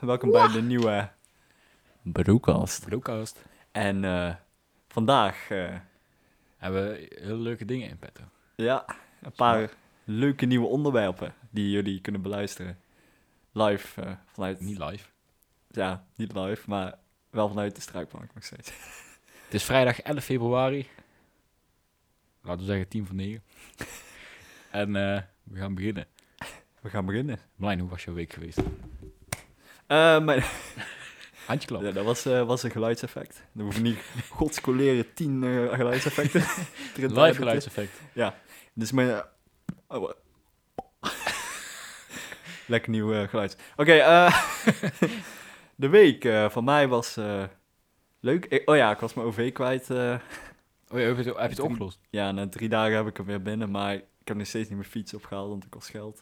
welkom bij de nieuwe Broekast. Broekast. En eh, vandaag, eh, Hebben we heel leuke dingen in petto. ja, een paar leuke nieuwe onderwerpen die jullie kunnen beluisteren. Live eh, vanuit, Niet live. ja, niet live, maar wel vanuit de struikbank nog steeds. Het is vrijdag 11 februari. Laten we zeggen 10 van 9. en eh, we gaan beginnen. We gaan beginnen. Marlijn, hoe was jouw week geweest? Eh, mijn- Handje klap. ja, dat was, eh, was een geluidseffect. Dan hoeven niet godscoleren tien eh, geluidseffecten erin te Live editen. geluidseffect. Dus mijn... eh, oh, wa- Lekker nieuw eh, geluid. Oké, eh, de week eh, van mij was eh, leuk. Ik- oh ja, ik was mijn OV kwijt. eh. Oh ja, heb je het, heb je het Toen- opgelost? ja, na drie dagen heb ik hem weer binnen, maar ik heb nog steeds niet mijn fiets opgehaald, want ik kost geld.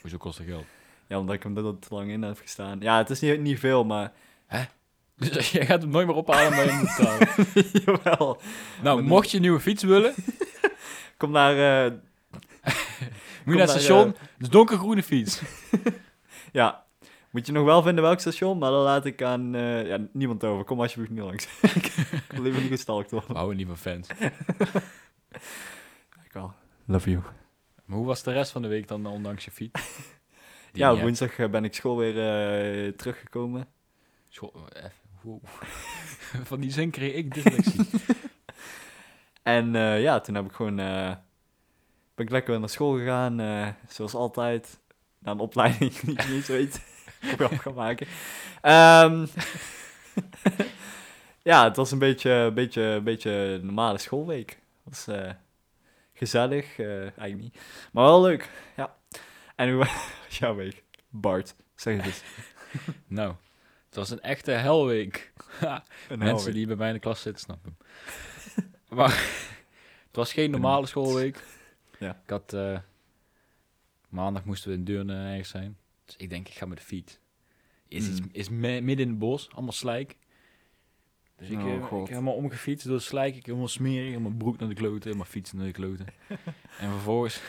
Hoezo kost dat geld? Ja, omdat ik hem er te lang in heb gestaan. Ja, het is niet, niet veel, maar Dus jij gaat het nooit meer ophalen, maar je moet betalen. jawel. Nou, mocht je een nieuwe fiets willen, Kom naar... eh, moet je naar het daar, station. Het is donkergroene fiets. ja, moet je nog wel vinden welk station, maar dan laat ik aan eh, ja, niemand over. Kom alsjeblieft niet langs. ik wil liever niet gestalkt worden. We houden niet van fans. Ik wel. Love you. Maar hoe was de rest van de week dan, eh, ondanks je fiets? Die ja, je niet hebt? woensdag eh, ben ik school weer eh, teruggekomen. Scho- eh, wow. Van die zin kreeg ik dyslexie. En eh, ja, toen heb ik gewoon... eh, ben ik lekker weer naar school gegaan, eh, zoals altijd. Naar een opleiding die ik niet eens weet hoe ik af ga maken. Ehm, ja, het was een beetje, beetje, beetje een normale schoolweek. Het was eh, gezellig, eh, eigenlijk niet. Maar wel leuk, ja. En hoe was jouw week? Bart, zeg het eens. nou, het was een echte helweek. Ha, Een Mensen helweek. die bij mij in de klas zitten, snappen hem. maar het was geen normale schoolweek. Ja. Ik had, eh, maandag moesten we in Deurne ergens zijn. Dus ik denk, ik ga met de fiets. Is, iets- Mm. is me- midden in het bos, allemaal slijk. Dus ik, Oh, eh, ik God. helemaal omgefietst door het slijk. Ik helemaal smerig, mijn broek naar de kloten, mijn fiets naar de kloten. en vervolgens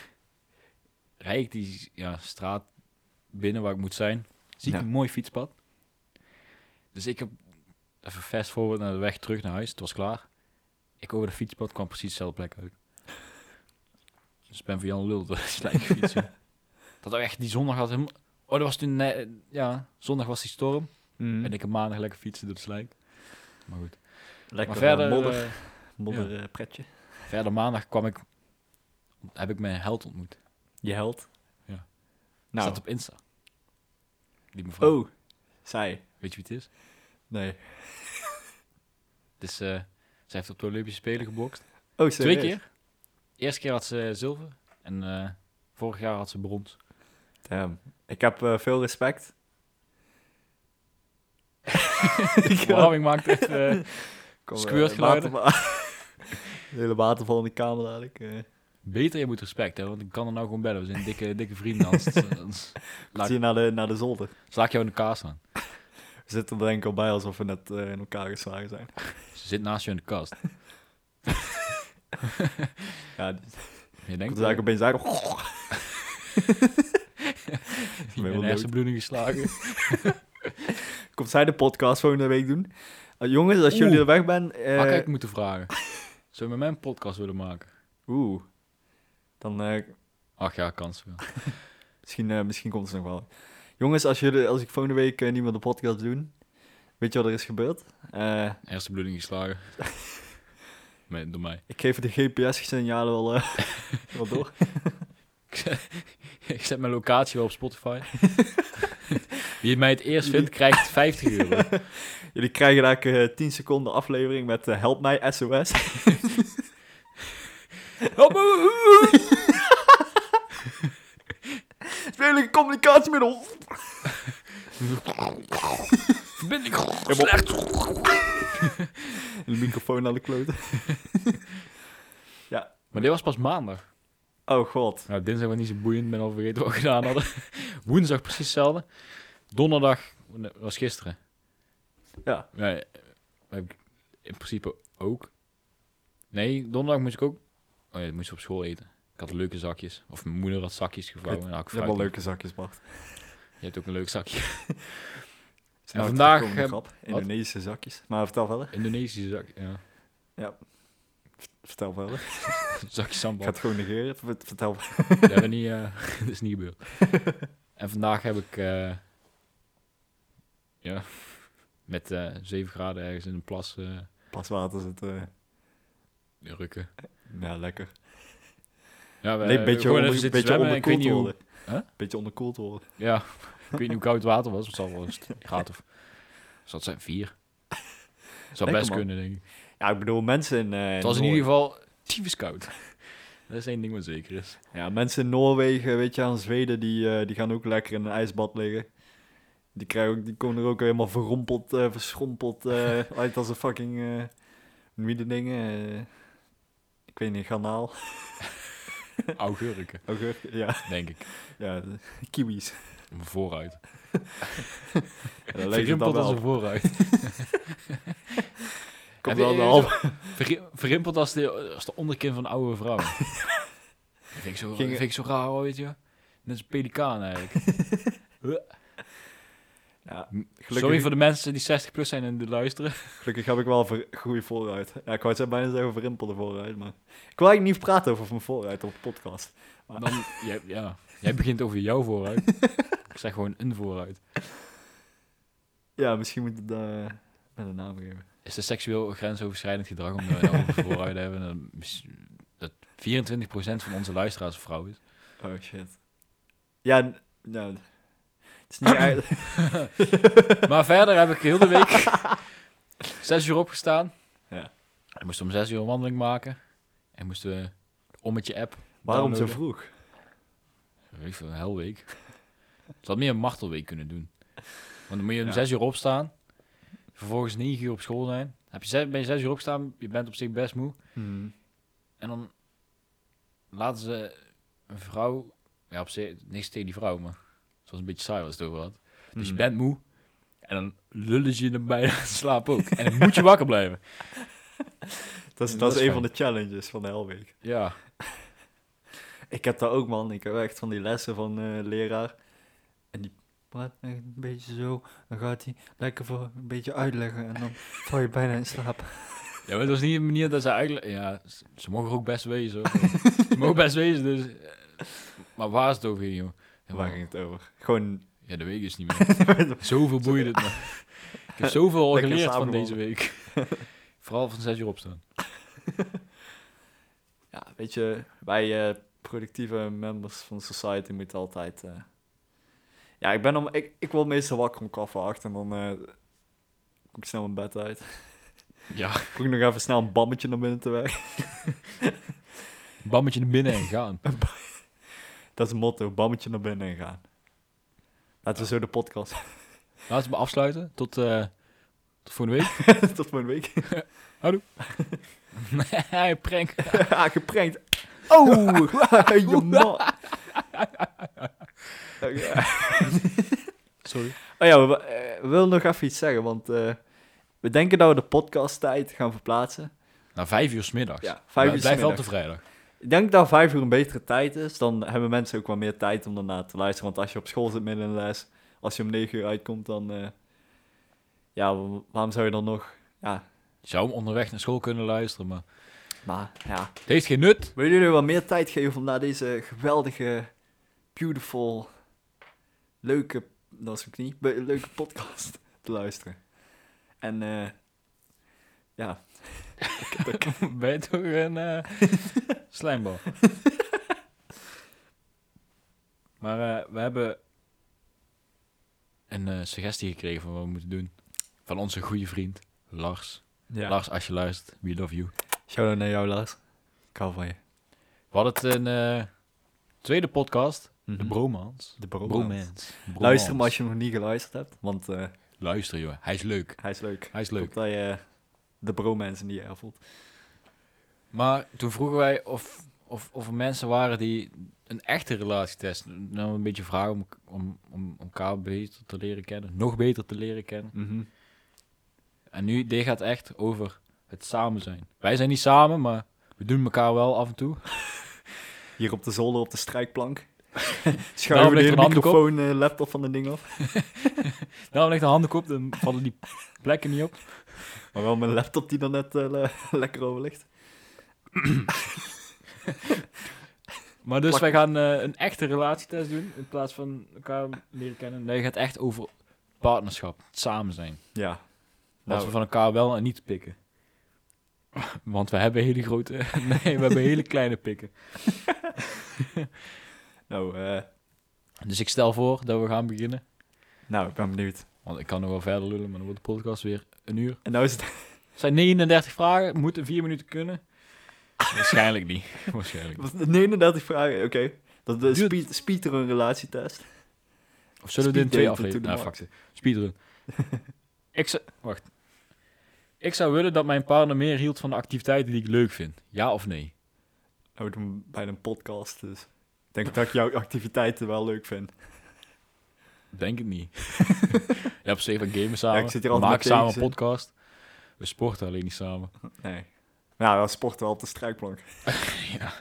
rijd ik die ja, straat binnen waar ik moet zijn. Zie ik Ja. een mooi fietspad. Dus ik heb even fast forward naar de weg terug naar huis. Het was klaar. Ik over de fietspad kwam precies dezelfde plek uit. Dus ik ben van Jan Lul door de slijk gefietst. joh. dat had echt die zondag had helemaal... Oh, dat was toen... net- ja, zondag was die storm. Mm. En ik heb maandag lekker fietsen door de slijk. Maar goed. Lekker maar verder, eh, modder, eh, modder eh, pretje. verder maandag kwam ik... Heb ik mijn held ontmoet. Je held. Ja. Nou, Staat op Insta. Die mevrouw. oh, zij. Weet je wie het is? Nee. Dus eh ze heeft op de Olympische Spelen gebokst. Oh, Twee serieus? keer. Eerste keer had ze zilver. En eh, vorig jaar had ze brons. Damn. Ik heb eh, veel respect. Ik Verwarming maakt echt... eh, kom, eh, squirtgeluiden. waterval- De hele waterval in de kamer dadelijk. eh. beter, je moet respect hebben. Want ik kan er nou gewoon bellen. We zijn dikke, dikke vrienden. Anders, anders Komt hier naar de, naar de zolder. sla ik jou in de kaas aan. We zitten er denk ik al bij alsof we net eh, in elkaar geslagen zijn. Ze zit naast je in de kast. Ja, dus Je komt denkt, eh, er eigenlijk ik opeens uit. ben wel een dood. hersenbloeding geslagen. Komt zij de podcast volgende week doen? Eh, jongens, als jullie Oeh. er weg zijn... eh, Had ik eigenlijk moeten vragen. Zou je met mij een podcast willen maken? Oeh. Dan eh, Ach ja, kans wel. Misschien, eh, misschien komt het nog wel. Jongens, als, jullie, als ik volgende week eh, niet meer de podcast doe, weet je wat er is gebeurd? Eh, Hersenbloeding geslagen. Met, door mij. ik geef de GPS-signalen wel, eh, wel door. Ik zet, ik zet mijn locatie wel op Spotify. Wie mij het eerst vindt, krijgt 50 euro. Jullie krijgen daar eh 10 seconden aflevering met eh, Help mij SOS. Help me! Vele communicatiemiddel. Verbinding En de microfoon aan de kloten. Maar dit was pas maandag. Oh god. Nou, dinsdag was niet zo boeiend. Ben al vergeten wat we gedaan hadden. Woensdag precies hetzelfde. Donderdag nee, was gisteren. Ja. Nee, heb ik in principe ook. Nee, donderdag moest ik ook... Oh ja, moest ik op school eten. Ik had leuke zakjes. Of mijn moeder had zakjes gevouwen. en had ik Je hebt wel fruit. leuke zakjes, Bart. Je hebt ook een leuk zakje. En Nou, vandaag eh, terugkomende grap. heb- Indonesische zakjes. Maar vertel verder. Indonesische zak. Ja. Vertel verder. Zakje Ik sambal. ga het gewoon negeren. Ver- Vertel Dat hebben we niet, eh, dat is niet gebeurd. en vandaag heb ik, eh, ja, met eh 7 graden ergens in een plas eh, Pas water zit. eh, rukken. ja, lekker. Ja, we Nee, een hebben beetje, Eh, gewoon onder, even zitten beetje zwemmen en ik weet onderkoeld niet hoe- worden. Huh? Beetje onderkoeld worden. Ja, ik weet niet hoe koud het water was. Het zal wel een st- graad of, dus dat zijn vier. Zou Lekker, best man. kunnen, denk ik. Ja, ik bedoel, mensen in, eh, Het was in Noor- ieder geval tyfus koud. Dat is één ding wat zeker is. Ja, mensen in Noorwegen, weet je, aan Zweden, die, eh, die gaan ook lekker in een ijsbad liggen. Die, krijgen ook, die komen er ook helemaal verrompeld, eh, verschrompeld eh, uit als een fucking... eh midden dingen. eh, ik weet niet, garnaal. Augurken, Augurk, ja, denk ik. ja, de- kiwis. Vooruit. Ja, dat lijkt het dan Verrimpeld als wel. een vooruit. Komt Heb wel je- de halve. Verri- Verrimpeld als de, als de onderkin van oude vrouwen. dat vind ik, zo, dat vind ik zo raar, hoor, weet je. Net als een pelikaan eigenlijk. Ja, Sorry gelukkig, voor de mensen die 60 plus zijn en die luisteren. gelukkig heb ik wel ver, goede vooruit. Ja, ik wou het bijna zeggen verrimpelde vooruit, maar... Ik wil eigenlijk niet praten over mijn vooruit op de podcast. Dan, jij, ja, jij begint over jouw vooruit. ik zeg gewoon een vooruit. Ja, misschien moet ik het eh, met een naam geven. Is er seksueel grensoverschrijdend gedrag om daar over vooruit te hebben? Dan mis- Dat 24% van onze luisteraars vrouw is. Oh shit. Ja, n- nou. Het is niet eigenlijk. Maar verder heb ik heel de week zes uur opgestaan. Ja. Ik moest om zes uur een wandeling maken. En moest eh, om met je app Waarom zo Downloaden. vroeg? Weet ik veel, een helweek. Ze had meer een martelweek kunnen doen. Want dan moet je om Ja. zes uur opstaan. Vervolgens negen uur op school zijn. Heb je zes, ben je zes uur opstaan, je bent op zich best moe. Hmm. En dan laten ze een vrouw... Ja, op zich, niks tegen die vrouw, maar... Het was een beetje saai als het over had. Dus je Mhm. bent moe. En dan lullen ze je erbij bijna in slaap ook. En dan moet je wakker blijven. Dat is, Ja, dat dat is is een fijn. van de challenges van de helweek. Ja. Ik heb dat ook, man. Ik heb echt van die lessen van eh, leraar. En die praat echt een beetje zo. Dan gaat hij lekker voor een beetje uitleggen. En dan val je bijna in slaap. Ja, maar het was niet een manier dat ze eigenlijk... Ja, ze, ze mogen er ook best wezen. hoor. ze mogen best wezen, dus... eh, Maar waar is het over, joh? Ja, Waar ging het over? Gewoon. Ja, de week is niet meer. Zoveel boeide het me. Ik heb zoveel al Lekker geleerd van slapen, deze week. Vooral van zes uur opstaan. Ja, weet je, wij eh, productieve members van society moeten altijd. eh, Ja, ik ben om. Ik, ik wil meestal wakker om kwart voor acht en dan. eh, kom ik snel mijn bed uit. Ja. Kom ik nog even snel een bammetje naar binnen te werken. Bammetje naar binnen en gaan. Dat is het motto: bammetje naar binnen en gaan. Laten we zo de podcast. Laten we me afsluiten. Tot, eh tot volgende week. Tot mijn week. nee, prank. ah, geprankt. Oh, je man. Sorry. Oh ja, we, eh, we willen nog even iets zeggen, want eh, we denken dat we de podcasttijd gaan verplaatsen. Na vijf uur smiddags. Ja, vijf uur Blijf wel op de smiddags. vrijdag. Ik denk dat vijf uur een betere tijd is. Dan hebben mensen ook wel meer tijd om daarna te luisteren. Want als je op school zit midden in de les, als je om negen uur uitkomt, dan... eh, ja, wa- waarom zou je dan nog... Ja, Je zou hem onderweg naar school kunnen luisteren, maar maar ja. het heeft geen nut. Willen jullie wat meer tijd geven om naar deze geweldige, beautiful, leuke... Dat is ook niet. be- Leuke podcast te luisteren. En eh, ja, ben je toch een eh, slijmbal? maar eh, we hebben een eh, suggestie gekregen van wat we moeten doen. Van onze goede vriend Lars. ja. Lars, als je luistert, we love you. shout-out naar jou, Lars. Ik hou van je. We hadden het een eh, tweede podcast, de Mhm. Bromans. De Bromance. Luister hem als je hem nog niet geluisterd hebt, want eh, Luister, joh. Hij is leuk. hij is leuk. Hij is leuk. Totdat je de bromance niet ervoelt. Maar toen vroegen wij of, of, of er mensen waren die een echte relatie testen. Nou, een beetje vragen om, om, om elkaar beter te leren kennen. Nog beter te leren kennen. En nu, dit gaat echt over het samen zijn. Wij zijn niet samen, maar we doen elkaar wel af en toe. Hier op de zolder op de strijkplank. Schuiven ligt de er een handdoek op. microfoon, eh, laptop van dat ding af. Daarom ligt de handdoek op, dan vallen die plekken niet op. Maar wel mijn laptop die er net eh, le- lekker over ligt. Maar dus Plak- wij gaan eh, een echte relatietest doen, in plaats van elkaar leren kennen. Nee, het gaat echt over partnerschap, het samen zijn. Ja. Wat Nou, we van elkaar wel en niet pikken. Want we hebben hele grote... Nee, we hebben hele kleine pikken. nou, eh, Dus ik stel voor dat we gaan beginnen. nou, ik ben benieuwd. Want ik kan nog wel verder lullen, maar dan wordt de podcast weer een uur. En nou is het... Het zijn 39 vragen, moeten 4 minuten kunnen. Waarschijnlijk niet. Waarschijnlijk. Wat- 39 vragen, oké. Dat de Duurt- speed, speedrun relatietest. Of zullen we dit in Speed twee daten to afleveringen? the Nou, max. fuck it. Speedrun. ik zou... Wacht. Ik zou willen dat mijn partner meer hield van de activiteiten die ik leuk vind. Ja of nee? Nou, we doen bijna een podcast, dus... Ik denk dat ik jouw activiteiten wel leuk vind. Denk het niet. ja, op zich, we gamen samen. Ja, ik zit hier we altijd maken met samen een tegenzin. podcast. We sporten alleen niet samen. Nee. Nou, dan sporten wel op de strijkplank. ja.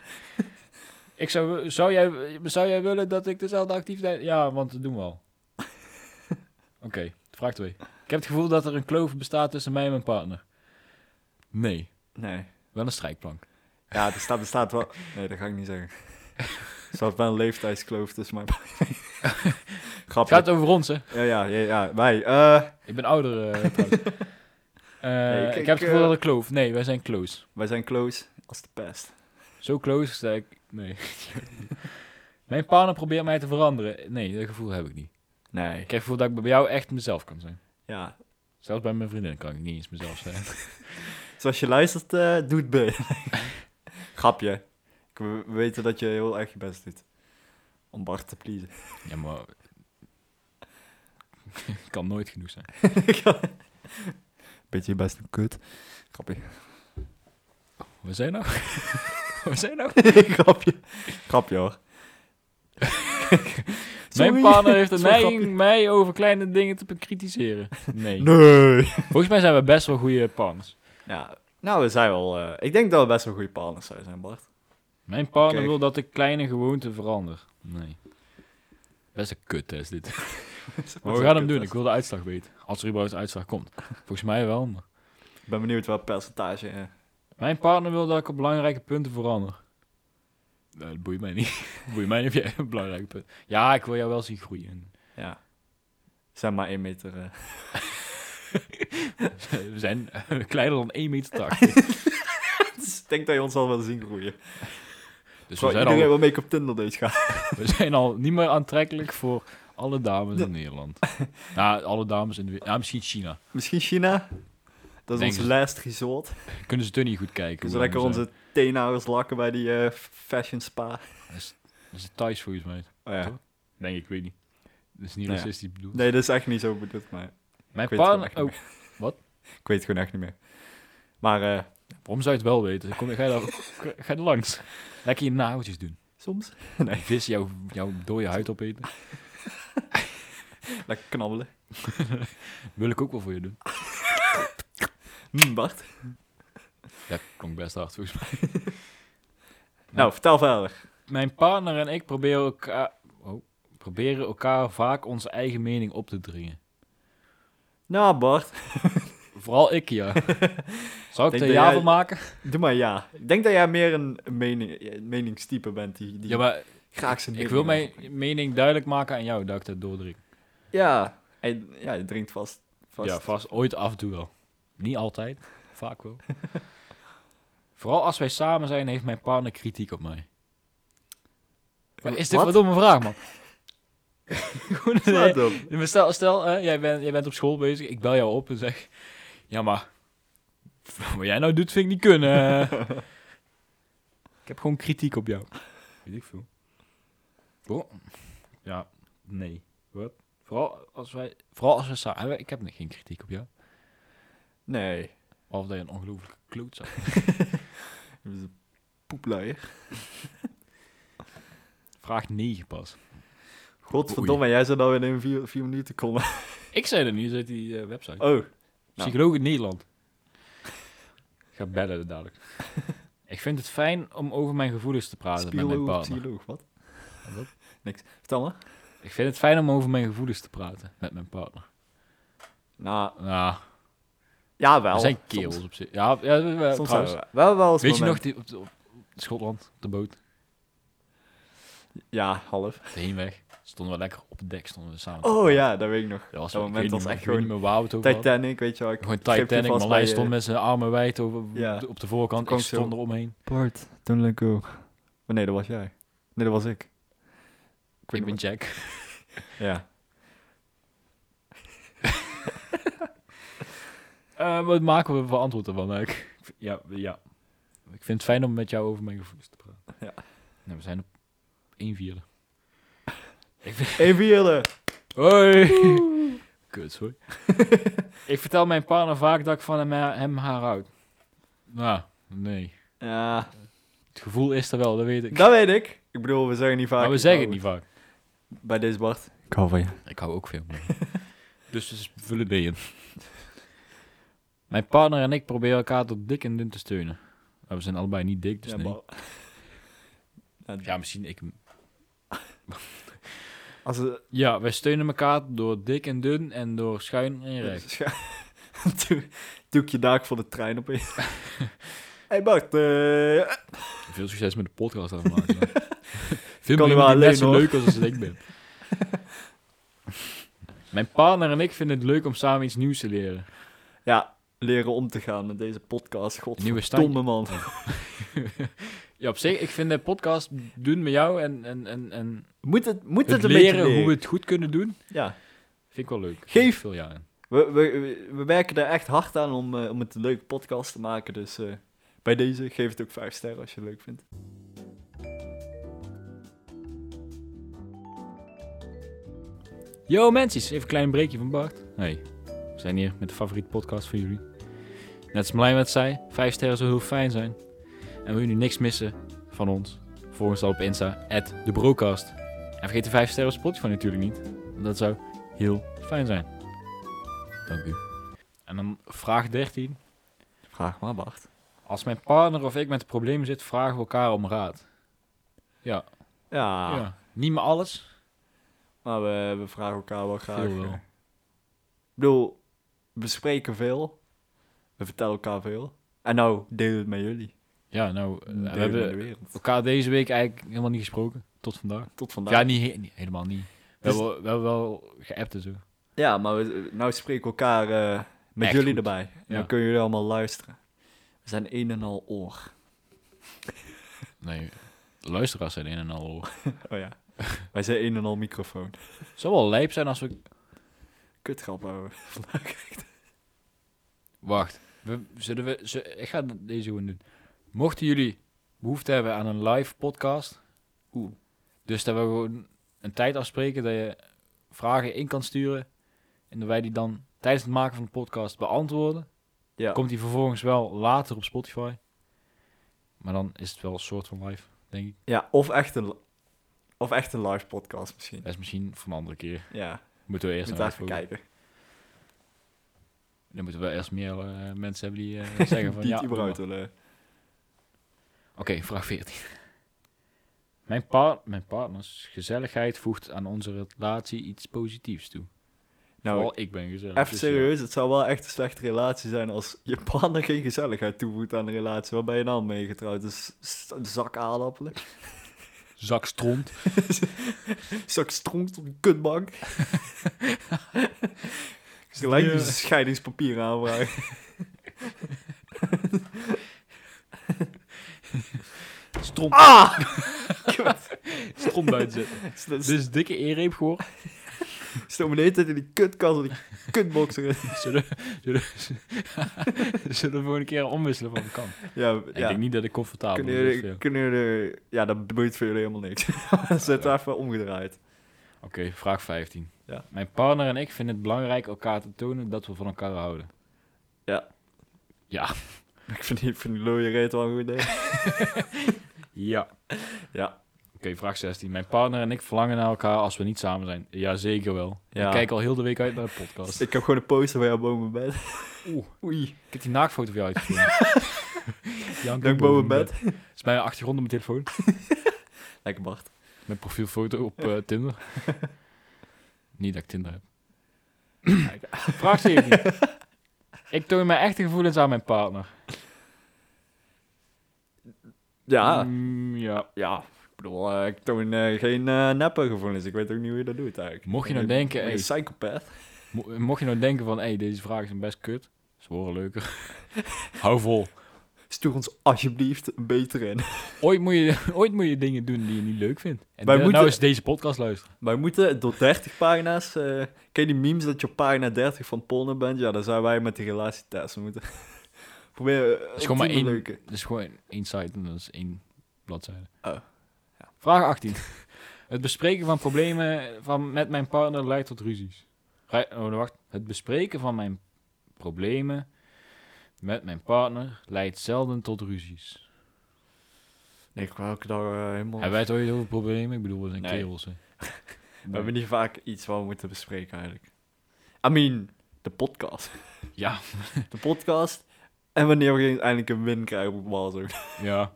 Ik zou, zou, jij, zou jij willen dat ik dezelfde activiteit... Ja, want dat doen we al. Oké, vraag 2. Ik heb het gevoel dat er een kloof bestaat tussen mij en mijn partner. Nee, Nee. wel een strijkplank. Ja, er staat, er staat wel... Nee, dat ga ik niet zeggen. Er staat wel een leeftijdskloof tussen mij. Het Grapje. gaat over ons, hè? Ja, ja, ja, ja. Wij, eh, Ik ben ouder, eh, trouwens. Eh, Nee, ik- ik, ik, heb het gevoel eh, dat er een kloof... Nee, wij zijn close. wij zijn close als de pest. Zo close dat ik... Nee. Mijn partner probeert mij te veranderen. Nee, dat gevoel heb ik niet. Nee. Ik heb het gevoel dat ik bij jou echt mezelf kan zijn. Ja. Zelfs bij mijn vriendin kan ik niet eens mezelf zijn. Zoals je luistert, eh doe het be. Grapje. Ik- We we weten dat je heel erg je best doet. Om Bart te pleasen. ja, maar... kan nooit genoeg zijn. Beetje je best een kut. Grapje. We zijn nou? We zijn nou? grapje. Grapje hoor. Sorry. Mijn partner heeft de Sorry, grapje. neiging mij over kleine dingen te bekritiseren. Nee. Nee. Volgens mij zijn we best wel goede partners. Ja, nou, we zijn wel... eh, ik denk dat we best wel goede partners zouden zijn, Bart. Mijn partner Kijk. wil dat ik kleine gewoonten verander. Nee. Best een kuttest dit. Maar we gaan hem doen. Ik wil de uitslag weten. Als er überhaupt een uitslag komt. Volgens mij wel. maar- Ik ben benieuwd welk percentage... eh, Mijn partner wil dat ik op belangrijke punten verander. Nee, dat boeit mij niet. boeit mij niet of jij een belangrijke punt. Ja, ik wil jou wel zien groeien. ja. Zijn maar 1 meter... eh, We zijn eh, kleiner dan 1,80 meter. Ik denk dat je ons al wel zien groeien. Dus we Zou zijn, iedereen wel al, mee op Tinder deze gaan? we zijn al niet meer aantrekkelijk voor alle dames in Nederland. Nou, alle dames in de wereld. Ja, misschien China. Misschien China? Dat is Denk ons het. last resort. Kunnen ze toen niet goed kijken. Kunnen ze hoe lekker lang we onze teenhouders lakken bij die eh, fashion spa. zijn. Dat is, dat is Thais volgens mij. Oh ja. Toch? Denk ik, weet niet. Dat is niet Nou ja. racistisch bedoeld. Nee, dat is echt niet zo bedoeld, maar Mijn ik weet het gewoon partner... echt niet Oh, meer. Ik weet het gewoon echt niet meer. Maar eh, Oh, Waarom zou je het wel weten? Kom, ga, je daar, ga je er langs. Lekker je nageltjes doen. soms Nee. Vis jouw, jouw dode huid opeten. lekker knabbelen. Wil ik ook wel voor je doen. Hm, Bart. Dat klonk best hard volgens mij. Nou, vertel verder. Mijn partner en ik proberen elkaar, oh, proberen elkaar vaak onze eigen mening op te dringen. Nou, Bart. Vooral ik, ja. Denk Zou ik dat er ja jij- van maken? Doe maar ja. Ik denk dat jij meer een mening, een meningstype bent die, die Ja, maar graag zijn ik wil mening- mijn mening duidelijk maken aan jou dat ik dat doordring. Ja, hij, ja, hij drinkt vast. vast. Ja, vast ooit af en toe wel. Niet altijd, vaak wel. Vooral als wij samen zijn, heeft mijn partner kritiek op mij. Wat is dit Wat? voor domme vraag, man? Gewoon een- Slaat op. maar stel, stel eh, jij, bent, jij bent op school bezig, ik bel jou op en zeg... Ja, maar... Wat jij nou doet, vind ik niet kunnen. ik heb gewoon kritiek op jou. Weet ik veel. Oh. Ja, nee. Wat? Vooral als wij... Vooral als we samen... Ik heb geen kritiek op jou. Nee. Of dat je een ongelooflijke klootzak bent. Dat is een poepluier. Vraag 9 pas. Godverdomme, jij zei dat we in vier, vier minuten komen. Ik zei dat niet, uit die eh, website. Oh, Psycholoog in Nederland. Ik ga bellen dadelijk. ik vind het fijn om over mijn gevoelens te praten met mijn psycholoog, partner. psycholoog, wat? Wat? Niks. Vertel me. Ik vind het fijn om over mijn gevoelens te praten met mijn partner. Nou, Nou, ja wel. we zijn Soms- kerels op zich. Ja, ja we- we, Soms trouwens. hebben we- we hebben wel eens Weet je nog momenten- die op, de- op Schotland, op de boot, Ja, half. de heenweg? Stonden we lekker op het dek, stonden we samen. te Oh praten. ja, dat weet ik nog. dat dat was wel- ik moment weet was niet meer- echt ik weet niet gewoon meer waar we het over hadden. Titanic, weet je wel. Ik Gewoon schreef die Titanic, vast maar hij bij, stond eh, met zijn armen wijd over, Ja. op de voorkant. Kwam Ik zo- stond eromheen. Bart, don't let go. Maar Oh, nee, dat was jij. Nee, dat was ik. Ik, ben Jack. Ja. Eh, wat maken we voor antwoord ervan? Nou, ik, ja, ja. Ik vind het fijn om met jou over mijn gevoelens te praten. Ja. Nou, we zijn op 1 vierde. Eén vierde. Hoi! Kut, sorry. ik vertel mijn partner vaak dat ik van hem, hem haar houd. Nou, nee. Ja, Het gevoel is er wel, dat weet ik. dat weet ik. Ik bedoel, we zeggen niet vaak. maar we ik zeggen het hou- niet vaak. Bij deze Bart. Ik hou van je. Ik hou ook veel. dus we vullen die in. Mijn partner en ik proberen elkaar tot dik en dun te steunen. Maar we zijn allebei niet dik, dus ja, nee. maar- Ja, Ja, misschien ik... Als het... Ja, wij steunen elkaar door dik en dun en door schuin en recht. Doe- Doe ik je daak voor de trein op hey Bart, eh, Veel succes met de podcast aan het maken. Vind Kan me u maar alleen, net zo hoor. leuk als ik ben. Mijn partner en ik vinden het leuk om samen iets nieuws te leren. ja, leren om te gaan met deze podcast. Godverdomme Nieuwe standje. man. Ja, op zich, ik vind de podcast doen met jou en, en, en, en Moet het, moet het, het een leren, beetje leren. hoe we het goed kunnen doen, Ja, vind ik wel leuk. Geef- veel ja in. we, we, we- we werken daar echt hard aan om, eh, om het een leuke podcast te maken. Dus eh, bij deze geef het ook 5 sterren als je het leuk vindt. Yo mensen, even een klein breekje van Bart. Hey, we zijn hier met de favoriete podcast van jullie. Net als Marlijn wat zei, vijf sterren zou heel fijn zijn. En wil je nu niks missen van ons? Volg ons dan op Insta, at TheBrocast. En vergeet de vijf sterren op Spotify natuurlijk niet. Want dat zou heel fijn zijn. Dank u. En dan vraag 13. Vraag maar Bart. Als mijn partner of ik met problemen zit, vragen we elkaar om raad. Ja, Ja, ja. niet meer alles. maar we, we vragen elkaar wel graag. Veel wel. eh, Ik bedoel, we spreken veel. We vertellen elkaar veel. En nou, deel het met jullie. Ja, nou, eh, Deel het we met de hebben wereld. elkaar deze week eigenlijk helemaal niet gesproken. Tot vandaag. Tot vandaag. Ja, Ja, niet, he- niet- helemaal niet. We, Dus- hebben, we hebben wel geappt en zo. maar we, nou spreken we elkaar eh, met Echt jullie goed. erbij. En Ja. dan kunnen jullie allemaal luisteren. We zijn een en al oor. Nee, de luisteraars zijn in en al hoor. Oh ja. Wij zijn een en al microfoon. Het zou wel lijp zijn als we... Kutgrap houden. Wacht, we, zullen we... zu- ik ga deze gewoon doen. Mochten jullie behoefte hebben aan een live podcast... Oeh. Dus dat we gewoon een tijd afspreken dat je vragen in kan sturen... en dat wij die dan tijdens het maken van de podcast beantwoorden. Ja. Komt die vervolgens wel later op Spotify. Maar dan is het wel een soort van live, denk ik. Ja, of echt een, of echt een live podcast misschien. Dat is misschien voor een andere keer. Ja, Moeten we eerst moet nog even kijken. Dan moeten we eerst meer eh, mensen hebben die eh, zeggen van Die ja. het überhaupt doe willen. Nou, maar. Oké, vraag 14. Mijn, par mijn partners gezelligheid voegt aan onze relatie iets positiefs toe. Nou, Nou, Vooral ik ben gezellig. even dus ja. serieus. Het zou wel echt een slechte relatie zijn als je partner geen gezelligheid toevoegt aan de relatie. Waar ben je dan mee getrouwd? Een s- s- een zak aardappelen? Zak stront. Een zak stronk op een kutbank? Gelijk Ja. een scheidingspapier aanvragen. Stront, Ah! stront buiten zetten. Dit Stel is dikke eerreep geworden. stel me de hele tijd in die kutkast en die kutboxer. in. Zullen, zullen, zullen we gewoon een keer omwisselen van de kant? Ja, Ik ja. denk niet dat ik comfortabel Kunnen ben. dus ja. jullie, kunnen jullie, ja, dat boeit voor jullie helemaal niks. Zet Ja. even omgedraaid. Oké, vraag 15. Ja. Mijn partner en ik vinden het belangrijk elkaar te tonen dat we van elkaar houden. Ik vind die, ik vind die looie reet wel een goed idee. Ja. Ja. Oké, vraag 16. Mijn partner en ik verlangen naar elkaar als we niet samen zijn. Ja, zeker wel. Ja. Ik kijk al heel de week uit naar de podcast. Ik heb gewoon een poster bij jou boven mijn bed. Oeh, Oei. ik heb die naaktfoto van jou uitgevonden. Jank Dank boven mijn bed. Is bij mijn achtergrond op mijn telefoon. Lekker Bart. Mijn profielfoto op eh, Tinder. niet dat ik Tinder heb. Vraag ze even niet. Ik toon mijn echte gevoelens aan mijn partner. Ja, Mm, ja. ja. Ik bedoel, eh, ik toon eh, geen eh neppe gevoelens. Ik weet ook niet hoe je dat doet eigenlijk. Mocht je nou denken, Een hey. psychopath. Mo- mocht je nou denken van, hé, hey, deze vraag is een best kut. Ze horen leuker. Hou vol. Stuur ons alsjeblieft een beter in. Ooit moet, je, ooit moet je dingen doen die je niet leuk vindt. En Wij de- moeten- nou is deze podcast luisteren. Wij moeten door 30 pagina's... eh, ken je die memes dat je op pagina 30 van Polner bent? Ja, dan zijn wij met die relatietest. We moeten proberen... eh, is gewoon maar 10 één- leuke. Dat is gewoon één site en dat is één bladzijde. Oh, Vraag 18. Het bespreken van problemen van, met mijn partner leidt tot ruzies. Rui- oh, wacht. Het bespreken van mijn problemen met mijn partner leidt zelden tot ruzies. Nee, ik wou elke dag eh, helemaal... Hebben wij het ooit over problemen? Ik bedoel, we zijn Nee. kerels. hè. We hebben niet vaak iets wat we moeten bespreken eigenlijk. I mean, de podcast. Ja, De podcast. En wanneer we eindelijk een win krijgen op Warzone. ja.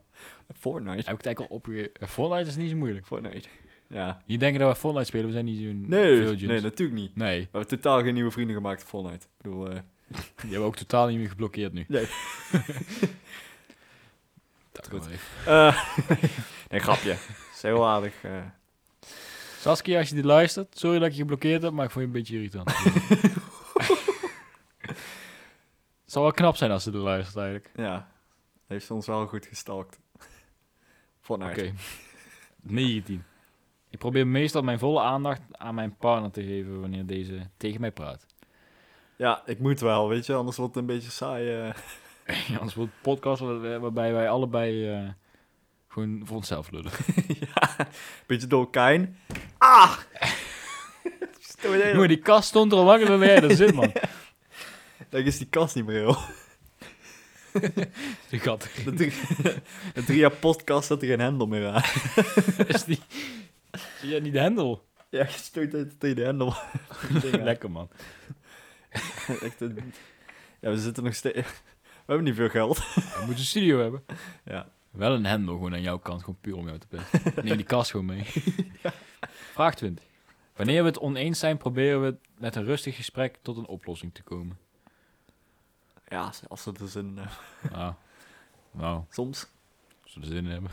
Fortnite. Heb ik het eigenlijk al opge... Eh, Fortnite is niet zo moeilijk. Fortnite. Ja. Je denkt dat we Fortnite spelen, we zijn niet zo'n Nee, virgins. nee, natuurlijk niet. nee, We hebben totaal geen nieuwe vrienden gemaakt op Fortnite. Ik bedoel, eh, die hebben we ook totaal niet meer geblokkeerd nu. Nee. Dat Goed. kan wel even. eh, nee, grapje. is heel aardig. eh. Saskia, als je dit luistert, sorry dat ik je geblokkeerd heb, maar ik vond je een beetje irritant. Het zou wel knap zijn als ze dit luistert eigenlijk. ja. Heeft ze ons wel goed gestalkt. Fortnite. Oké. 19. Ik probeer meestal mijn volle aandacht aan mijn partner te geven wanneer deze tegen mij praat. Ja, ik moet wel, weet je. Anders wordt het een beetje saai. eh. Ja, Anders wordt het een podcast waar- waarbij wij allebei eh, gewoon voor onszelf lullen. ja. Beetje door Kijn. Ah! Stoot je Jongen, die kast stond er al langer dan jij er zit, man. Dan is die kast niet meer heel. Die gat De drie, de drie jaar podcast zat er geen hendel meer aan. is die... Zie jij niet de hendel? Ja, je stoot het tegen de hendel. Lekker, man. Echt een- Ja, we zitten nog steeds... We hebben niet veel geld. We moeten een studio hebben. Ja. Wel een hendel gewoon aan jouw kant, gewoon puur om jou te pesten. Neem die kast gewoon mee. Vraag 20. Wanneer we het oneens zijn, proberen we met een rustig gesprek tot een oplossing te komen. Ja, als we er zin in hebben. Nou, nou eh, Soms. als we er zin in hebben.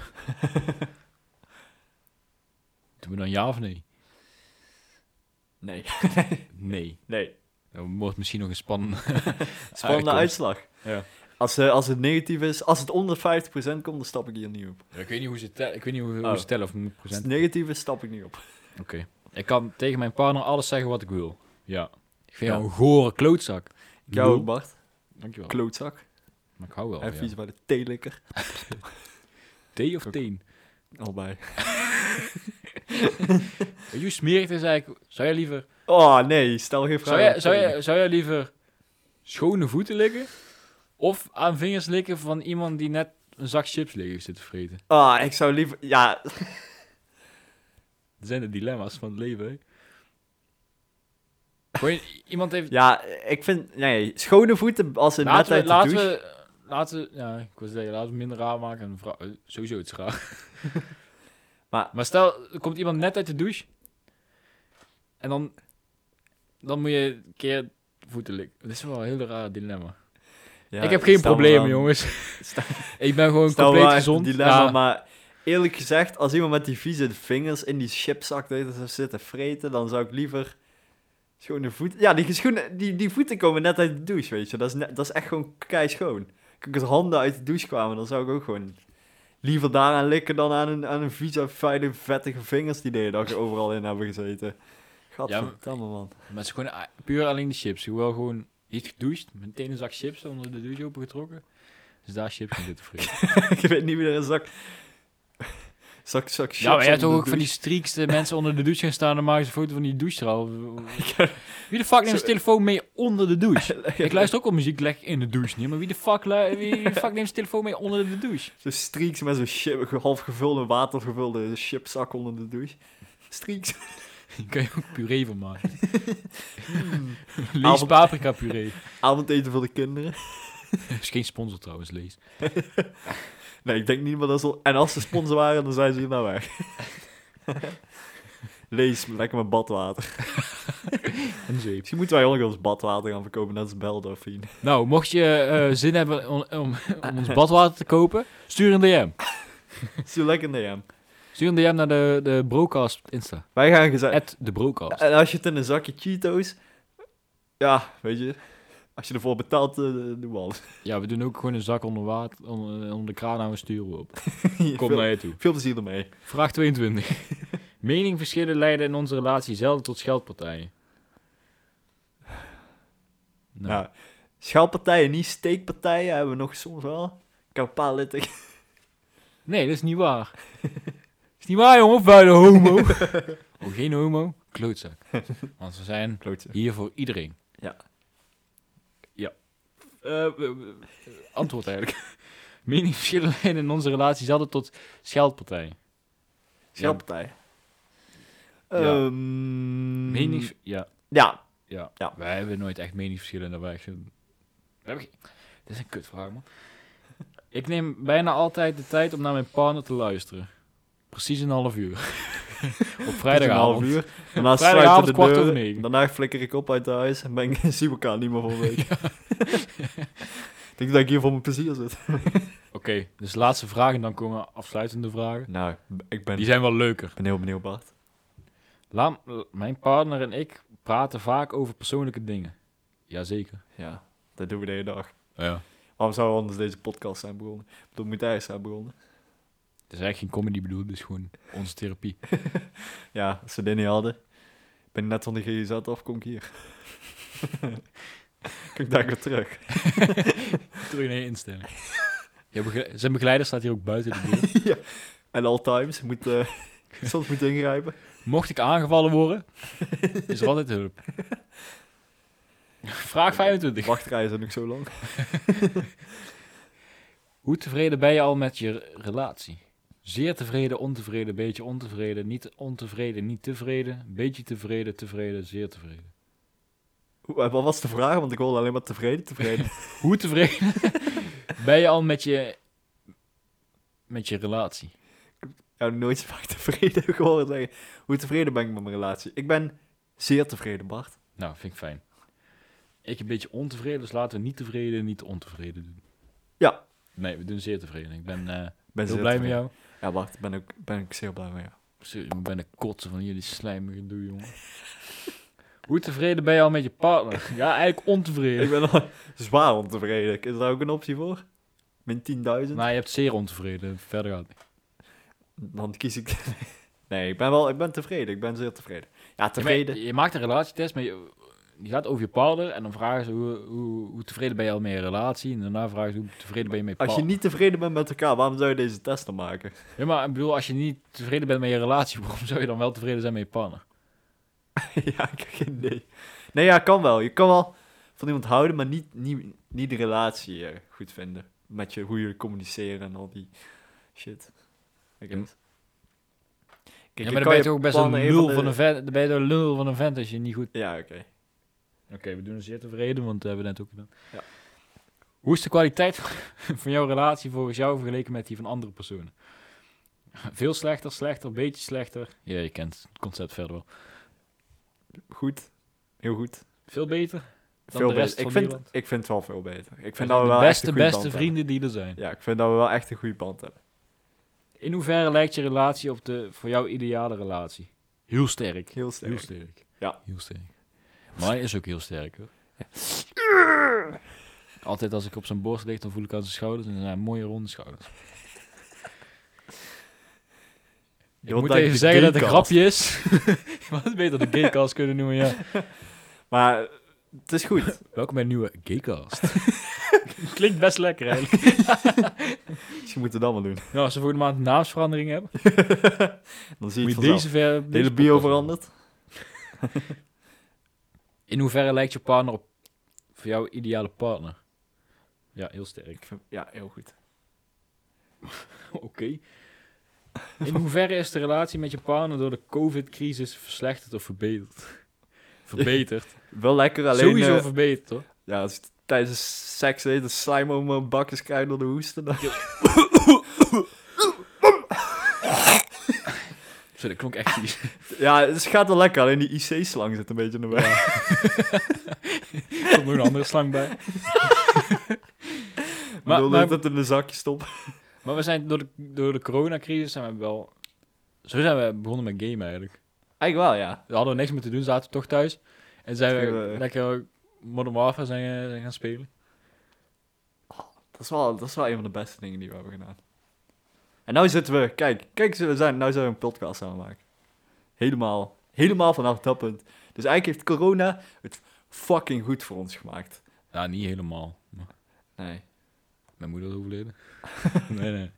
Doen we dan ja of nee? Nee. Nee. Nee. Dan wordt misschien nog een spannende Spannende uitkomst. uitslag. Ja. Als, eh, als het negatief is, als het onder 50% komt, dan stap ik hier niet op. Ja, ik weet niet hoe ze, tel- ik weet niet hoe, hoe Oh. ze tellen of hoe Als het procent. negatief is, stap ik niet op. Oké. Ik kan tegen mijn partner alles zeggen wat ik wil. Ja. Ik vind Ja. jou een gore klootzak. Ik Jou ook, bedoel- Bart. Dankjewel. Klootzak. Oh, maar ik hou wel. en van jou. vies bij de theelikker. Thee of teen? Oh, Allebei. Weet je hoe smerig het is eigenlijk? Zou jij liever, Oh, nee. Stel geen zou vragen. jij, zou jij, zou jij liever schone voeten likken? Of aan vingers likken van iemand die net een zak chips liggen zit te vreten? Ah, ik zou liever... Ja, Dat zijn de dilemma's van het leven, hè? Gewoon, iemand heeft... Ja, ik vind... Nee, schone voeten als een net laten uit we, de laten douche. we... Laten we... Ja, ik wil zeggen, laten we minder raar maken. En vra- eh, sowieso iets raar. Maar- maar stel, er komt iemand net uit de douche. En dan... Dan moet je een keer voeten likken. Dat is wel een heel raar dilemma. Ja, ik heb geen stel probleem, dan- jongens. stel- ik ben gewoon Stel wel compleet echt gezond. een dilemma, Ja, maar eerlijk gezegd, als iemand met die vieze vingers in die chipzak de hele tijd zou zitten vreten, dan zou ik liever schone voeten... Ja, die, geschoenen, die, die voeten komen net uit de douche, weet je. Dat is, net- dat is echt gewoon kei schoon. Kijk, als handen uit de douche kwamen, dan zou ik ook gewoon liever daaraan likken dan aan een, aan een vieze, vuile, vettige vingers die de hele dag overal in hebben gezeten. Gadverdamme, man. maar het is gewoon a- puur alleen de chips. Hoewel gewoon niet gedoucht. Meteen een zak chips onder de douche opengetrokken. Dus daar chips in zitten vreten. ik weet niet wie er een zak... Zak, zak chips Ja, maar je hebt onder de toch ook van die streaks de mensen onder de douche gaan staan en maken ze een foto van die douchestraal. Wie de fuck neemt zijn telefoon mee onder de douche? douche. Ik luister ook op muziek, leg in de douche niet, maar wie de fuck, lu- wie wie de fuck neemt zijn telefoon mee onder de douche? Zo streaks met zo'n chip, half gevulde, watergevulde chipzak onder de douche. Streaks. Daar kan je ook puree van maken. Lees Avond- paprika puree. Avondeten voor de kinderen. is geen sponsor trouwens, Lees. Nee, ik denk niet meer dat ze... En als ze sponsor waren, dan zijn ze hier nou weg. Lees lekker met badwater. En zeep. Misschien moeten wij ook nog eens badwater gaan verkopen, net als Beldorfine. Nou, mocht je eh, zin hebben om, om, om ons badwater te kopen, stuur een DM. Stuur lekker een DM. Stuur een DM naar de, de broadcast op Insta. Wij gaan gezellig... At de broadcast. En als je het in een zakje Cheetos... Ja, weet je... Als je ervoor betaalt, eh, doe alles. Ja, we doen ook gewoon een zak onder water, eh, onder, onder de kraan aan, we sturen we op. Kom veel, naar je toe. veel plezier ermee. Vraag 22. Meningverschillen leiden in onze relatie zelden tot scheldpartijen. Nou, Nou, schaalpartijen, niet steekpartijen, hebben we nog soms wel. Ik heb een paar litten. Nee, dat is niet waar. is niet waar, jongen, vuile homo. oh, geen homo? Klootzak. Want we zijn Klootje. hier voor iedereen. Ja. Ja. Eh, eh, eh, antwoord eigenlijk. Meningsverschillen leiden in onze relatie zelden tot scheldpartijen. Schaalpartijen. Ja. Ehm, Menings... Ja. Ja, Ja. Ja. Wij hebben nooit echt meningsverschillen en daarbij. We hebben geen- Dit is een kutvraag, man. Ik neem bijna altijd de tijd om naar mijn partner te luisteren. Precies een half uur. Op vrijdagavond. een half uur. Daarna sluiten Vrijdagavond, we de kwart deur. over negen. Daarna flikker ik op uit huis en ben ik zie ik elkaar niet meer voor een week. ik denk dat ik hier voor mijn plezier zit. Oké, dus laatste vraag en dan komen afsluitende vragen. Nou, ik ben, Die zijn wel leuker. ben heel benieuwd, Bart. La, mijn partner en ik praten vaak over persoonlijke dingen. Jazeker. Ja, dat doen we de hele dag. Ja. Waarom zou anders deze podcast zijn begonnen? Ik bedoel, moet hij zijn begonnen? Het is eigenlijk geen comedy bedoeld, het is gewoon onze therapie. Ja, als ze dit niet hadden. Ik ben net van de GZ af, kom ik hier. Kijk daar weer terug. Terug naar je instelling. Je bege- zijn begeleider staat hier ook buiten de deur. En all times, je moet, eh, soms moet je ingrijpen. Mocht ik aangevallen worden, is er altijd hulp. Vraag 25. Wachtrijden nog zo lang. Hoe tevreden ben je al met je re- relatie? Zeer tevreden, ontevreden, beetje ontevreden, niet ontevreden, niet tevreden, beetje tevreden, tevreden, zeer tevreden. Oeh, eh, Wat was de vraag? Want ik hoorde alleen maar tevreden, tevreden. Hoe tevreden ben je al met je, met je relatie? Ik heb nog nooit zo vaak tevreden gehoord zeggen. Hoe tevreden ben ik met mijn relatie? Ik ben zeer tevreden, Bart. Nou, vind ik fijn. Ik een beetje ontevreden, dus laten we niet tevreden, niet ontevreden doen. Ja. Nee, we doen zeer tevreden. Ik ben, eh Ik ben heel zeer blij met tevreden. jou. Ja, Bart, ben ik ben ik zeer blij met jou. Serieus, ik ben bijna kotsen van jullie slijmige doe, jongen. Hoe tevreden ben je al met je partner? Ja, eigenlijk ontevreden. Ik ben al zwaar ontevreden. Is daar ook een optie voor? Min 10.000? Maar je hebt zeer ontevreden. Verder gaat het niet. Dan kies ik... Nee, ik ben wel... Ik ben tevreden. Ik ben zeer tevreden. Ja, tevreden. Je, ma- je maakt een relatietest, maar je, die gaat over je partner. En dan vragen ze hoe, hoe, hoe tevreden ben je al met je relatie. En daarna vragen ze hoe tevreden ben je met je Als partner. je niet tevreden bent met elkaar, waarom zou je deze test dan maken? Ja, maar ik bedoel, als je niet tevreden bent met je relatie, waarom zou je dan wel tevreden zijn met je partner? ja, ik heb geen idee. Nee, ja, kan wel. Je kan wel van iemand houden, maar niet, niet, niet de relatie eh, goed vinden. Met je, hoe jullie communiceren en al die shit. Ik Ja, weet het. Kijk, ja, maar dan kan ben je toch ook best een plannen lul de- van een vent. Dan ben je toch een lul van een vent als je niet goed... Ja, oké. Oké, we doen het zeer tevreden, want dat hebben we net ook gedaan. Ja. Hoe is de kwaliteit van jouw relatie volgens jou vergeleken met die van andere personen? Veel slechter, slechter, beetje slechter. Ja, je kent het concept verder wel. Goed. Heel goed. Veel beter. Dan veel de rest beter. Ik van vind, Nederland. ik vind het wel veel beter. Ik Wij vind dat we zijn wel echt de beste, een goede beste band hebben. vrienden die er zijn. Ja, ik vind dat we wel echt een goede band hebben. In hoeverre lijkt je relatie op de voor jou ideale relatie? Heel sterk. Heel sterk. Heel sterk. Ja. Heel sterk. Mijn is ook heel sterk hoor. Altijd als ik op zijn borst lig, dan voel ik aan zijn schouders en dan zijn mooie ronde schouders. Ik moet even zeggen dat het een grapje is. Wat is beter de gaycast kunnen noemen, ja. Maar het is goed. Welkom bij een nieuwe gaycast. Klinkt best lekker eigenlijk. Dus je moet het allemaal doen. Nou, als we volgende maand een naamsverandering hebben, Dan zie je moet je het vanzelf. deze ver... De hele deze bio podcast- veranderd. In hoeverre lijkt je partner op voor jouw ideale partner? Ja, heel sterk. Ik vind- Ja, heel goed. Oké. In hoeverre is de relatie met je partner door de COVID-crisis verslechterd of verbeterd? Verbeterd. Wel lekker, alleen... Sowieso eh, verbeterd, hoor. ja, als je t- tijdens seks eten slijm om mijn bakjes krijgt door de hoesten. Dan... Zo, dat klonk echt vies. Ja, het is- gaat wel lekker, alleen die IC-slang zit een beetje in de weg. Er komt nog een andere slang bij. Maar, maar, maar, dat in de zakje stoppen. maar we zijn door de, door de coronacrisis zijn we wel... Zo zijn we begonnen met gamen eigenlijk. Eigenlijk wel, ja. We hadden we niks meer te doen, zaten we toch thuis. En zijn Toen, we eh, lekker Modern Warfare zijn, eh, zijn gaan spelen. Dat is, wel, dat is wel een van de beste dingen die we hebben gedaan. En nu zitten we, kijk, kijk, we zijn, nu zijn we een podcast aan het maken. Helemaal, helemaal vanaf dat punt. Dus eigenlijk heeft corona het fucking goed voor ons gemaakt. Nou, niet helemaal. Maar Nee. Mijn moeder is overleden. nee, nee.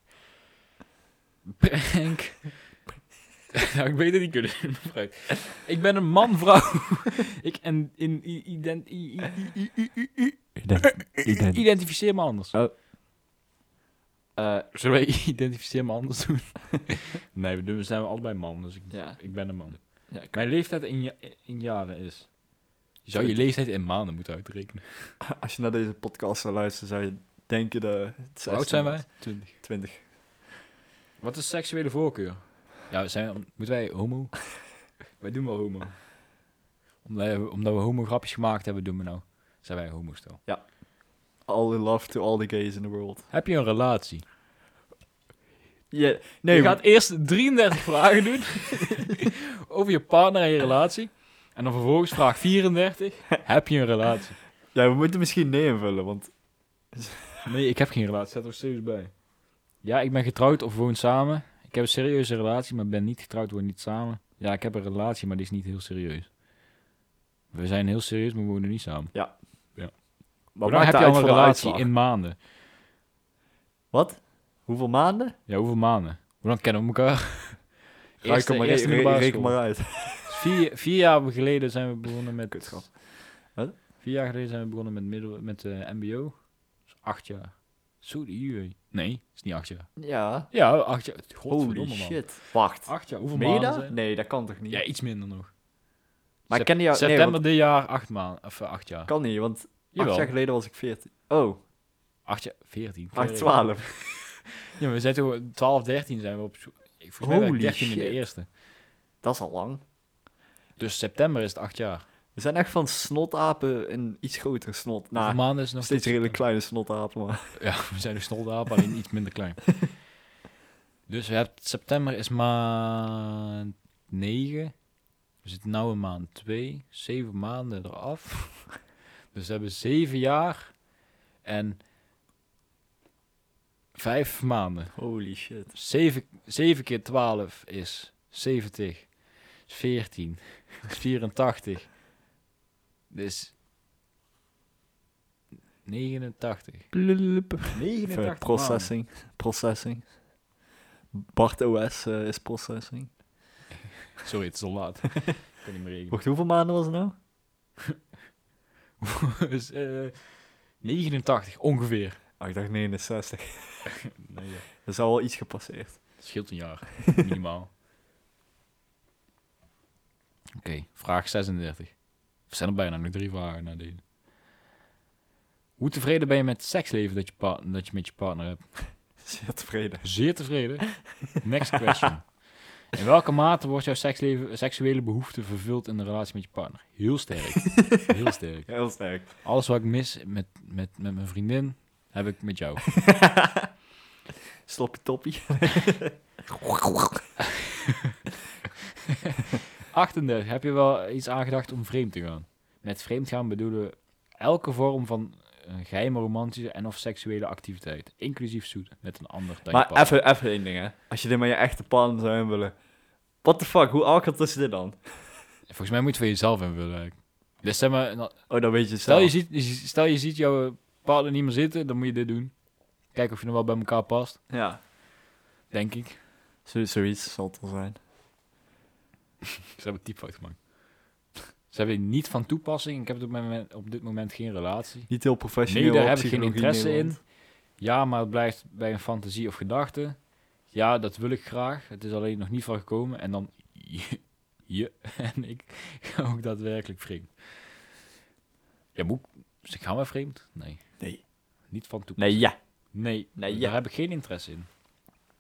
Prank. nou, ik weet het niet kunnen. Mevrouw. ik ben een man, vrouw. ik en in i- ident, i- i- i- i- i- i- identificeer me anders. Eh, Zullen wij identificeer me anders doen? nee, we doen- we zijn allebei man, dus ik, ja. ik ben een man. Ja, ik- Mijn leeftijd in, ja- in jaren is... Je zou je leeftijd in maanden moeten uitrekenen. Als je naar deze podcast zou luisteren, zou je denken dat... het Hoe oud zijn 16 wij? is. 20. Wat is seksuele voorkeur? Ja, we zijn, moeten wij homo? wij doen wel homo. Omdat, we- omdat we homo grapjes gemaakt hebben, doen we nou. Zijn wij homo stel. All in love to all the gays in the world. Heb je een relatie? Ja, Nee, nee, je gaat eerst 33 vragen doen over je partner en je relatie. En dan vervolgens vraag 34. Heb je een relatie? ja, we moeten misschien nee invullen, want... Nee, ik heb geen relatie. Staat er serieus bij. Ja, ik ben getrouwd of woon samen. Ik heb een serieuze relatie, maar ben niet getrouwd, woon niet samen. Ja, ik heb een relatie, maar die is niet heel serieus. We zijn heel serieus, maar we wonen niet samen. Maar Hoe lang maakt heb je dat uit al een voor de relatie uitslag? in maanden? Wat? Hoeveel maanden? Ja, hoeveel maanden? Hoe lang kennen we elkaar? Eerste- Reken maar- eerste re- re- middelbare reken maar school. uit. Vier, vier jaar geleden zijn we begonnen met... Kutschap. Wat? Wat? Vier jaar geleden zijn we begonnen met, middel, met eh, de mbo. Dus acht jaar. Zo die jee. Nee, is niet acht jaar. Ja. Ja, acht jaar. Holy Godverdomme man. shit. Wacht. Acht jaar, hoeveel Meen je maanden dat? zijn er? Nee, dat kan toch niet? Ja, iets minder nog. maar Sep- ik ken jou... Nee, September want- dit jaar, acht maanden. Of eh, acht jaar. kan niet, want acht Jawel. jaar geleden was ik 14. Oh, Acht jaar, veertien. acht, 12. Ja, maar we zijn toch 12, 13 zijn we op... zo- Ik volgens mij ben Holy ik 13 in de shit. eerste. Dat is al lang. Dus september is het acht jaar. We zijn echt van snotapen een iets grotere snot. Nou, Nou, maanden is nog nog steeds redelijk kleine snotapen, maar... Ja, we zijn nog snoldaap, alleen iets minder klein. Dus we hebben, september is maand 9. We zitten nu in maand 2. 7 maanden eraf. Dus we hebben 7 jaar en 5 maanden. Holy shit. 7, 7 keer 12 is 70. Is 14. Is 84. Dus 89. 89 Eh, processing. Processing. Bart OS eh, is processing. maanden. Sorry, het is al laat. ik kan niet meer rekenen. Wacht, hoeveel maanden was het nou? Dus, eh, 89 ongeveer. Ah, ik dacht 69. Nee, ja. Er is al wel iets gepasseerd. Het scheelt een jaar, minimaal. Oké, vraag 36. We zijn er bijna nog drie vragen na deze. Hoe tevreden ben je met het seksleven dat je, pa- dat je met je partner hebt? Zeer tevreden. Zeer tevreden. Next question. In welke mate wordt jouw seksleven, seksuele behoefte vervuld in de relatie met je partner? Heel sterk. Heel sterk. Heel sterk. Alles wat ik mis met, met, met mijn vriendin, heb ik met jou. Sloppy toppie. 38. Heb je wel iets aangedacht om vreemd te gaan? Met vreemd gaan bedoelen we elke vorm van eh, geheime romantische en of seksuele activiteit. Inclusief zoet met een ander dan je maar partner. even, even één ding, hè. Als je dit met je echte partner zou invullen... What the fuck, hoe awkward is dit dan? Volgens mij moet je voor jezelf invullen. eigenlijk. Dus zeg maar, nou, Oh, dan weet je het stel, je zelf. ziet, je ziet- stel je ziet jouw partner niet meer zitten, dan moet je dit doen. Kijken of je nog wel bij elkaar past, Ja, denk ik. zo, zoiets zal het wel zijn. Ze hebben een typfout gemaakt. Ze hebben niet van toepassing. Ik heb op dit moment, op dit moment geen relatie. Niet heel professioneel. Nee, daar op heb ik geen psychologie interesse in. Nederland. Ja, maar het blijft bij een fantasie of gedachte. Ja, dat wil ik graag. Het is alleen nog niet van gekomen. En dan je, je en ik ga ook daadwerkelijk vreemd. Ja, moet ze gaan we vreemd? Nee. Nee. Niet van toe. Nee, ja. Nee, Nee, daar ja. heb ik geen interesse in.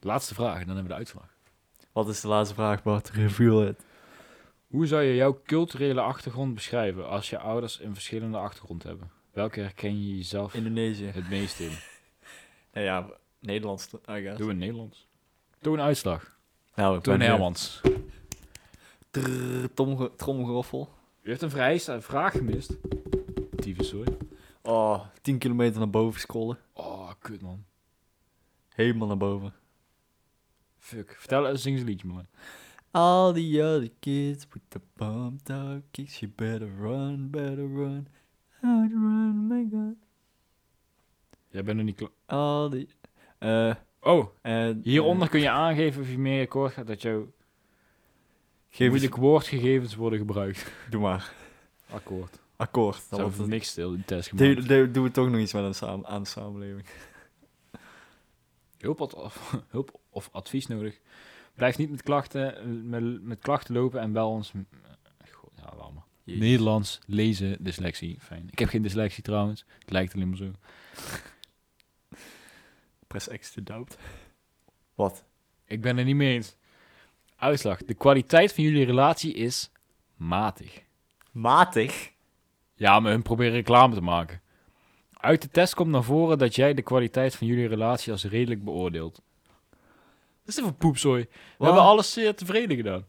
Laatste vraag en dan hebben we de uitslag. Wat is de laatste vraag, Bart? Reveal het. Hoe zou je jouw culturele achtergrond beschrijven als je ouders een verschillende achtergrond hebben? Welke herken je jezelf Indonesië. het meest in? Nou ja, Nederlands, I guess. Doe een Nederlands. Doe een uitslag. Nou, ik Doe een ben, eh, Hermans. trrr, tomge- Tromgeroffel. U heeft een vrij vraag gemist. Tyfus, sorry. Oh, 10 kilometer naar boven scrollen. Oh, kut man. Helemaal naar boven. Fuck. Vertel eens, zing eens een liedje, man. All the other kids with the pumped out kicks, you better run, better run. Out run, my god. Jij bent nog niet klaar. All the... eh Oh, en hieronder kun je aangeven of je meer akkoord gaat dat jouw Geef moeilijk woordgegevens worden gebruikt. Doe maar. Akkoord. Akkoord. Dan Dat wordt is het... niks stil in de test Doe, gemaakt. doe- doen we toch nog iets met een saam- aan de samenleving. Hulp, ad- of, hulp of advies nodig. Blijf niet met klachten, eh, met, met klachten lopen en bel ons. eh, God, ja, laat maar. Nederlands lezen dyslexie. Fijn. Ik heb geen dyslexie trouwens. Het lijkt alleen maar zo. Press X to doubt. Wat? Ik ben er niet mee eens. Uitslag. De kwaliteit van jullie relatie is matig. Matig? Ja, maar hun proberen reclame te maken. Uit de test komt naar voren dat jij de kwaliteit van jullie relatie als redelijk beoordeelt. Dat is even poepzooi. We Wat? hebben alles zeer tevreden gedaan.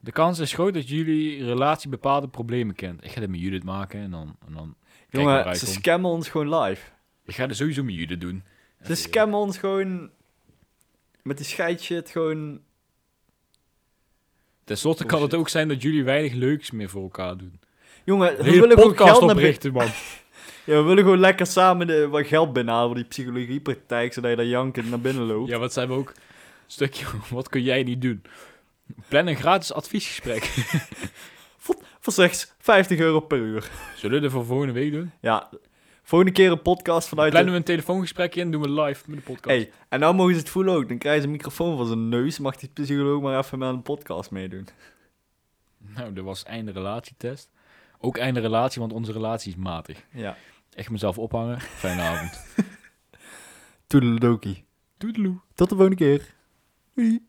De kans is groot dat jullie relatie bepaalde problemen kent. Ik ga dit met Judith maken en dan... En dan kijken waar Jongen, hij ze komt. scammen ons gewoon live. Ik ga dit sowieso met Judith doen. Ze scammen Dus ons gewoon... Met die scheidshit gewoon... Ten slotte kan het Bullshit. ook zijn dat jullie weinig leuks meer voor elkaar doen. Jongen, we Een hele willen gewoon podcast geld naar binnen- oprichten, man. Ja, we willen gewoon lekker samen de, wat geld binnenhalen voor die psychologiepraktijk, zodat je daar jankend naar binnen loopt. Ja, wat zijn we ook? Stukje, wat kun jij niet doen? Plan een gratis adviesgesprek. Voor slechts 50 euro per uur. Zullen we dat voor volgende week doen? Ja, volgende keer een podcast vanuit... de- Plannen we een telefoongesprek in, doen we live met de podcast. Hey, en nou mogen ze het voelen ook. Dan krijgen ze een microfoon van zijn neus. Mag die psycholoog maar even met een podcast meedoen. Nou, dat was einde relatietest. Ook einde relatie, want onze relatie is matig. Ja. Echt mezelf ophangen. Fijne avond. Toedeledokie. Doedeloe. Tot de volgende keer. Doei.